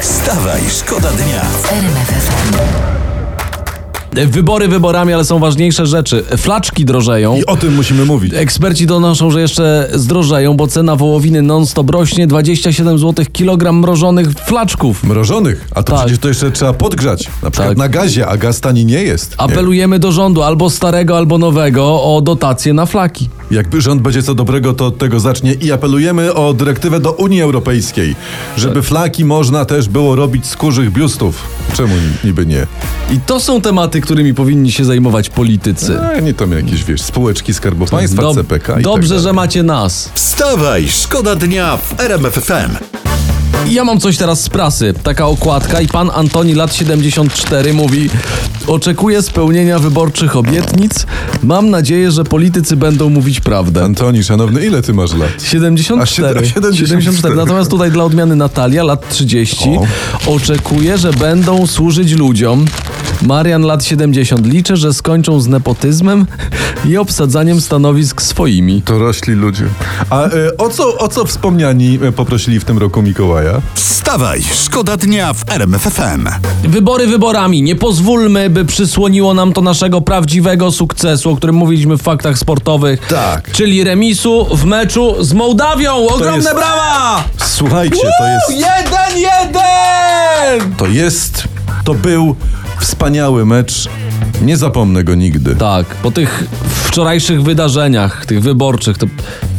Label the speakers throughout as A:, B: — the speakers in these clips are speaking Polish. A: Wstawaj, szkoda dnia.
B: Wybory wyborami, ale są ważniejsze rzeczy. Flaczki drożeją.
C: I o tym musimy mówić.
B: Eksperci donoszą, że jeszcze zdrożeją, bo cena wołowiny non-stop rośnie. 27 zł kilogram mrożonych flaczków.
C: Mrożonych, a to
B: Tak.
C: przecież to jeszcze trzeba podgrzać. Na przykład
B: Tak.
C: na gazie, a gaz tani nie jest. Jak,
B: Apelujemy do rządu, albo starego, albo nowego, o dotacje na flaki.
C: jakby rząd będzie co dobrego, to od tego zacznie i apelujemy o dyrektywę do Unii Europejskiej, żeby
B: Tak.
C: flaki można też było robić z kurzych biustów. Czemu ni- niby nie?
B: I to są tematy, którymi powinni się zajmować politycy.
C: A, nie tam jakieś, wiesz, spółeczki Skarbu Państwa,
B: Dob-
C: CPK i
B: dobrze,
C: tak dalej.
B: że macie nas.
A: Wstawaj, szkoda dnia w RMF FM.
B: Ja mam coś teraz z prasy. Taka okładka i pan Antoni, lat 74, mówi Oczekuję spełnienia wyborczych obietnic. Mam nadzieję, że politycy będą mówić prawdę.
C: Antoni, szanowny, ile ty masz lat?
B: 74.
C: A, siedem- 74.
B: Natomiast tutaj dla odmiany Natalia, lat 30. Oczekuje, że będą służyć ludziom. Marian, lat 70. Liczę, że skończą z nepotyzmem i obsadzaniem stanowisk swoimi.
C: To rośli ludzie. A e, o, co, o co wspomniani e, poprosili w tym roku Mikołaja?
A: Wstawaj, szkoda dnia w RMF FM.
B: Wybory wyborami. Nie pozwólmy, by przysłoniło nam to naszego prawdziwego sukcesu, o którym mówiliśmy w faktach sportowych.
C: Tak.
B: Czyli remisu w meczu z Mołdawią. Ogromne
C: jest-
B: brawa!
C: Słuchajcie, to jest...
B: Jeden, jeden!
C: To jest, to był wspaniały mecz. Nie zapomnę go nigdy.
B: Tak, po tych wczorajszych wydarzeniach, tych wyborczych, to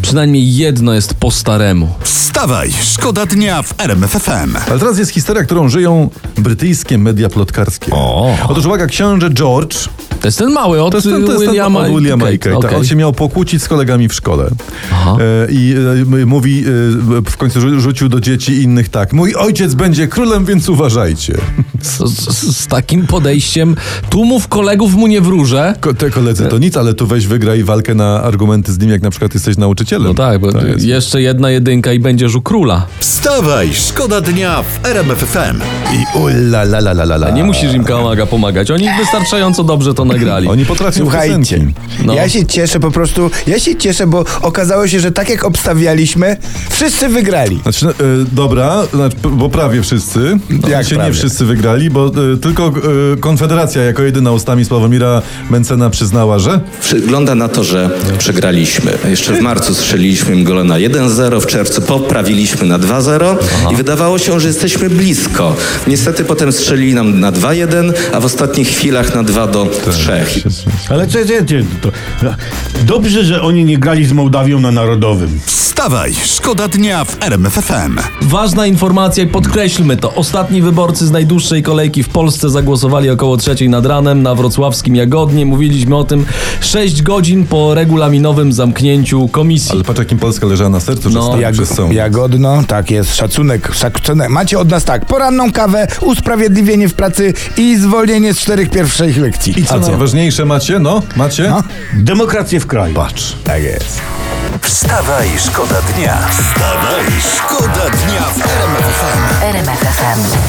B: przynajmniej jedno jest po staremu.
A: Wstawaj, szkoda dnia w RMF FM.
C: Ale teraz jest historia, którą żyją brytyjskie media plotkarskie.
B: O.
C: Otóż uwaga, książę George,
B: To jest ten mały od
C: to jest ten, to jest
B: Williama
C: ten od Williama i Kate,
B: okej.
C: tak. on się miał pokłócić z kolegami w szkole.
B: Aha.
C: E, I e, mówi, e, w końcu rzu- rzucił do dzieci i innych tak, mój ojciec będzie królem, więc uważajcie.
B: Z, z, z takim podejściem tłumów kolegów mu nie wróżę.
C: Ko- te koledzy
B: E.
C: to nic, ale tu weź wygraj walkę na argumenty z nim, jak na przykład jesteś nauczycielem.
B: No tak, bo
C: To jest-
B: jeszcze jedna jedynka i będziesz u króla.
A: Wstawaj, szkoda dnia w RMF FM.
C: I ula la la la la la.
B: Nie musisz im kałamaga pomagać, oni wystarczająco dobrze to nagrali.
C: Oni potrafią
D: Słuchajcie,
C: piosenki.
B: No.
D: ja się cieszę po prostu, ja się cieszę, bo okazało się, że tak jak obstawialiśmy, wszyscy wygrali.
C: Znaczy, e, dobra, znaczy, p- bo prawie wszyscy. Jak się
D: prawie?
C: nie wszyscy wygrali, bo e, tylko e, Konfederacja jako jedyna ustami Sławomira Mencena przyznała, że
E: Wygląda na to, że przegraliśmy. Jeszcze w marcu strzeliliśmy im gola na 1-0, w czerwcu poprawiliśmy na 2-0 i wydawało się, że jesteśmy blisko. Niestety potem strzelili nam na 2-1, a w ostatnich chwilach na 2-3.
F: Ale co jest, to, dobrze, że oni nie grali z Mołdawią na Narodowym.
A: Wstawaj, szkoda dnia w RMF FM.
B: Ważna informacja i podkreślmy to. Ostatni wyborcy z najdłuższej kolejki w Polsce zagłosowali około trzeciej nad ranem na wrocławskim Jagodnie. Mówiliśmy o tym 6 godzin po regulaminowym zamknięciu komisji.
C: ale patrz jakim Polska leżała na sercu, że
B: No.
C: no,
D: Jag-
C: są.
D: Jagodno, tak jest, szacunek, szacunek. Macie od nas tak, poranną kawę, usprawiedliwienie w pracy i zwolnienie z czterech pierwszych lekcji.
C: I co najważniejsze macie? No, macie?
D: No.
F: Demokrację w kraju.
C: Patrz.
D: Tak jest.
A: Wstawaj, szkoda dnia. Wstawaj, szkoda dnia w RMF FM.
G: RMFFM.